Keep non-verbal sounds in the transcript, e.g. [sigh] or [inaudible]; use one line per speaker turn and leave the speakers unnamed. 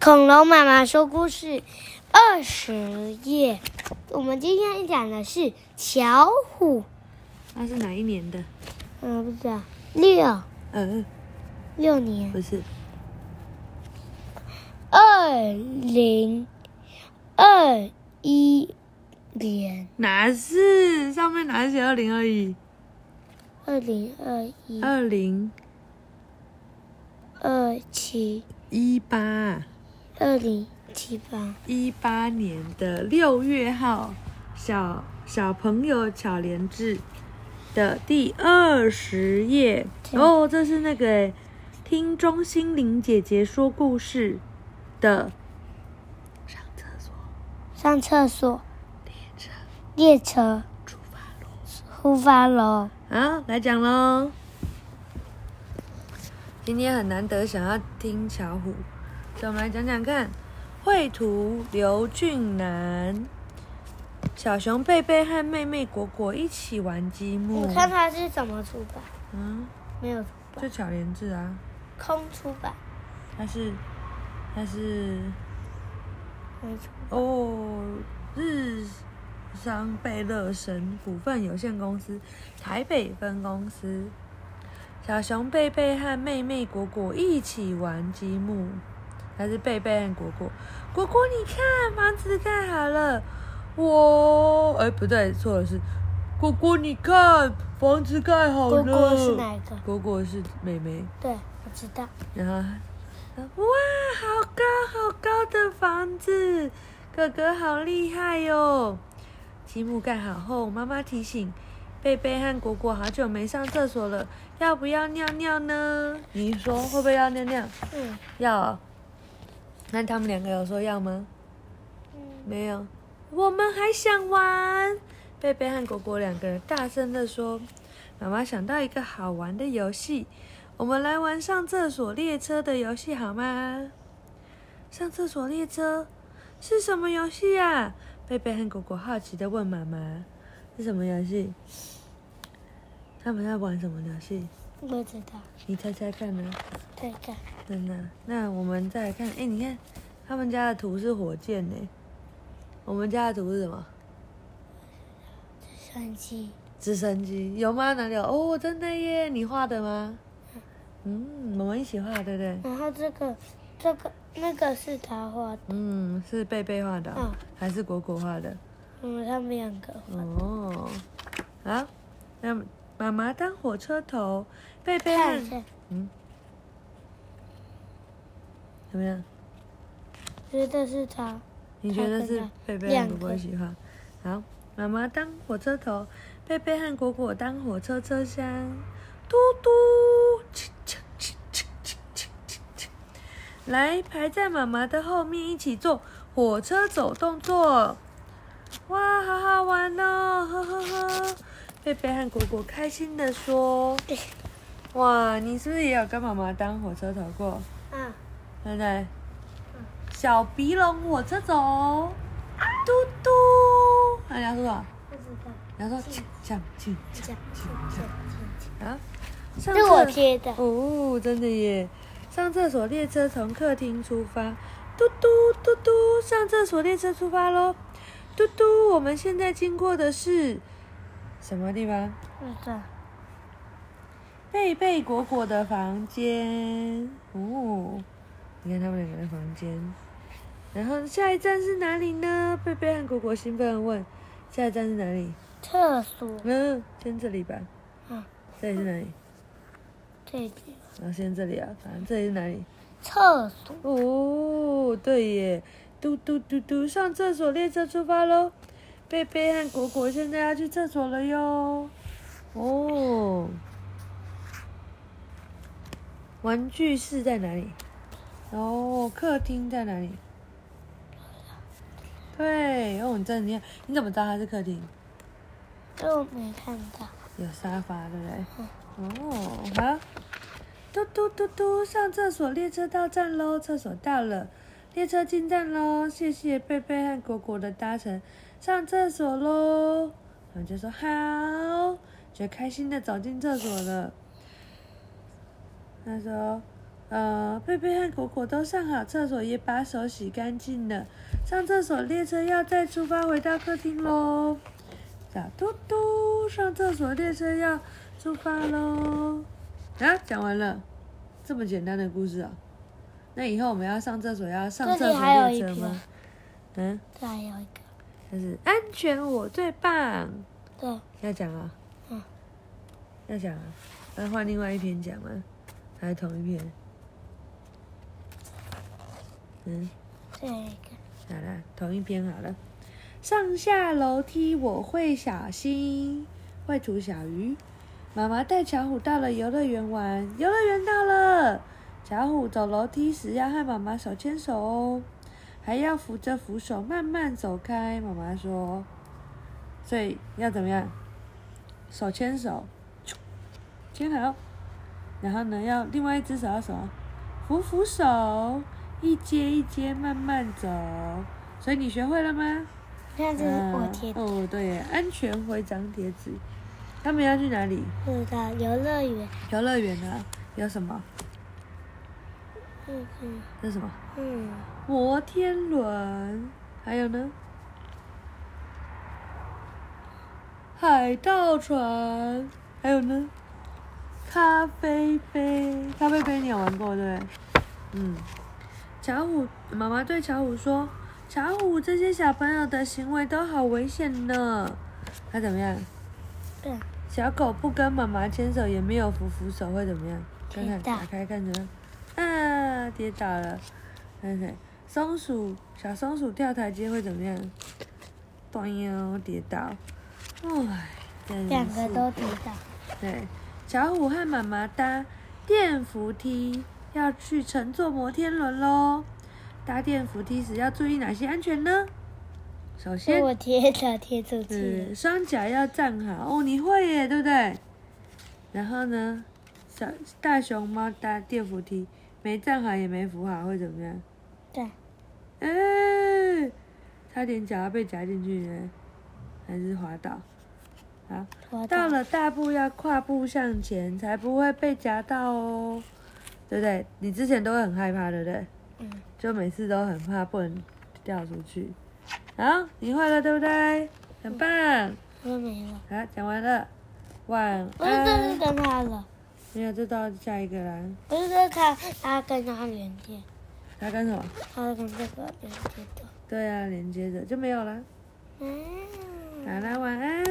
恐龙妈妈说故事二十页。我们今天讲的是巧虎，
那是哪一年的？
嗯，不知道六
呃，
六年
不是，
二零二一年
哪是？上面哪是写二零二一？
二零二一
二零
二七
一八
二零七八
一八年的六月号，小小朋友巧莲智的第二十页。
对
哦，这是那个诶听钟心灵姐姐说故事的上厕所
上厕所
列车
列车
出发喽。
出发喽。
好，来讲喽。今天很难得想要听巧虎，所以我们来讲讲看。绘图刘俊南，小熊贝贝和妹妹果果一起玩积木。
你看它是怎么出版？
嗯，
没有出版，
就巧莲智啊，
空出版，
它是它是
没出
哦日商贝乐神股份有限公司台北分公司。小熊贝贝和妹妹果果一起玩积木，还是贝贝和果果？果果，你看房子盖好了，我哎不对，错了是果果，你看房子盖好
果
了。
果是哪一个？
果果是妹妹，
对，我知道。
然后她哇，好高好高的房子，哥哥好厉害哟、积木盖好后，妈妈提醒贝贝和果果好久没上厕所了，要不要尿尿呢？你说会不会要尿尿？
嗯，
要哦、那他们两个有说要吗？没有。我们还想玩。贝贝和果果两个人大声地说：“妈妈想到一个好玩的游戏，我们来玩上厕所列车的游戏好吗？”上厕所列车是什么游戏啊？贝贝和果果好奇地问妈妈：“是什么游戏？他们在玩什么游戏？
我知道。
你猜猜看呢？”
对的，
真的。那我们再来看，哎、你看他们家的图是火箭呢、我们家的图是什么？
相机
直升机有吗？哪里有？哦，真的耶！你画的吗？嗯，我们一起画，对不对？
然后这个、这个、那个是他画的，
嗯，是贝贝画的哦、
嗯
还是果果画的？
嗯，他们两个画的。
哦，好，那妈妈当火车头，贝贝和
看一下，
怎么样？
觉得是他， [laughs] 啊
你觉得是贝贝和
两
果
个
果一起画？好，妈妈当火车头，贝贝和果果当火车车厢，嘟嘟，哧哧哧哧哧哧哧哧来排在妈妈的后面一起做火车走动作。哇，好好玩哦，呵呵呵。贝贝和果果开心地说：“哇，你是不是也有跟妈妈当火车头过？
啊，
对不对？小鼻龙火车走，嘟嘟。啊，你要说什么？
不知道，
你要说请讲，请
这
讲
样，这
啊！上
是我
厕
贴的，
哦，真的耶！上厕所列车从客厅出发，嘟嘟嘟嘟，上厕所列车出发喽！嘟嘟，我们现在经过的是什么地方？
不知道，
贝贝果果的房间哦，你看他们两个的房间。然后下一站是哪里呢？贝贝和果果兴奋地问：“下一站是哪里
厕所？”
嗯，先这里吧。
嗯，
这里是哪里？
这句，
然后先这里啊，反正这里是哪里？
厕所，
哦，对耶，嘟嘟嘟嘟，上厕所列车出发喽！贝贝和果果现在要去厕所了哟。哦，玩具室在哪里？哦，客厅在哪里？对，哦，你真的厉害！你怎么知道它是客厅？
因为我没看到。
有沙发，对不对？哦，好。嘟嘟嘟嘟，上厕所，列车到站喽！厕所到了，列车进站喽！谢谢贝贝和果果的搭乘，上厕所喽！我们就说好，就开心的走进厕所了。他说：“哎、呃，佩佩和果果都上好厕所，也把手洗干净了。上厕所，列车要再出发回到客厅喽。小嘟嘟，上厕所，列车要出发喽。啊，讲完了，这么简单的故事啊、那以后我们要上厕所要上
这里
厕所
还有
列
一
车
篇
吗？嗯，
这还有一个，
就是安全我最棒，
对，
要讲啊，
嗯，
要讲啊，那换另外一篇讲吗？还是同一篇？嗯。
这有一个，
好啦，同一篇好了。上下楼梯我会小心，会吐小鱼。妈妈带巧虎到了游乐园玩，游乐园到了，巧虎走楼梯时要和妈妈手牵手哦，还要扶着扶手慢慢走开。妈妈说，所以要怎么样？手牵手，牵好，然后呢，要另外一只手要什么？扶扶手，一阶一阶慢慢走。所以你学会了吗？
那这是我贴的，
哦，对耶，安全徽章贴纸。他们要去哪里？
这个游乐园，
游乐园啊？有什么？
嗯嗯
那什么？
嗯，
摩天轮。还有呢？海盗船。还有呢？咖啡杯。咖啡杯你有玩过对不对？嗯。巧虎妈妈对巧虎说：“巧虎，这些小朋友的行为都好危险呢。”他怎么样？
对，
小狗不跟妈妈牵手，也没有扶扶手，会怎么样？看看，
跌倒
打开看着，啊，跌倒了。看看，松鼠，小松鼠跳台阶会怎么样？咚哟，跌倒。唉，真
两个
是
都贴到，
嗯对，小虎和妈妈搭电扶梯要去乘坐摩天轮喽。搭电扶梯时要注意哪些安全呢？首
是
先，
我贴的贴出去
嗯，
的，
双脚要站好哦，你会耶，对不对？然后呢，小大熊猫搭电扶梯没站好也没扶好会怎么样？
对，
哎、差点脚要被夹进去呢，还是滑倒？好，
我
到
的，
了大步要跨步向前，才不会被夹到哦，对不对？你之前都会很害怕，对不对？
嗯，
就每次都很怕不能掉出去。好，你会了，对不对？很棒。
我没了，
好，讲完了，晚
我是这是
安。
跟他了，
没有，就到下一个啦。
不是这是他，他跟他连接，
他跟什么？
他跟这个连接的，
对啊，连接着就没有啦。
嗯。
好啦，晚安。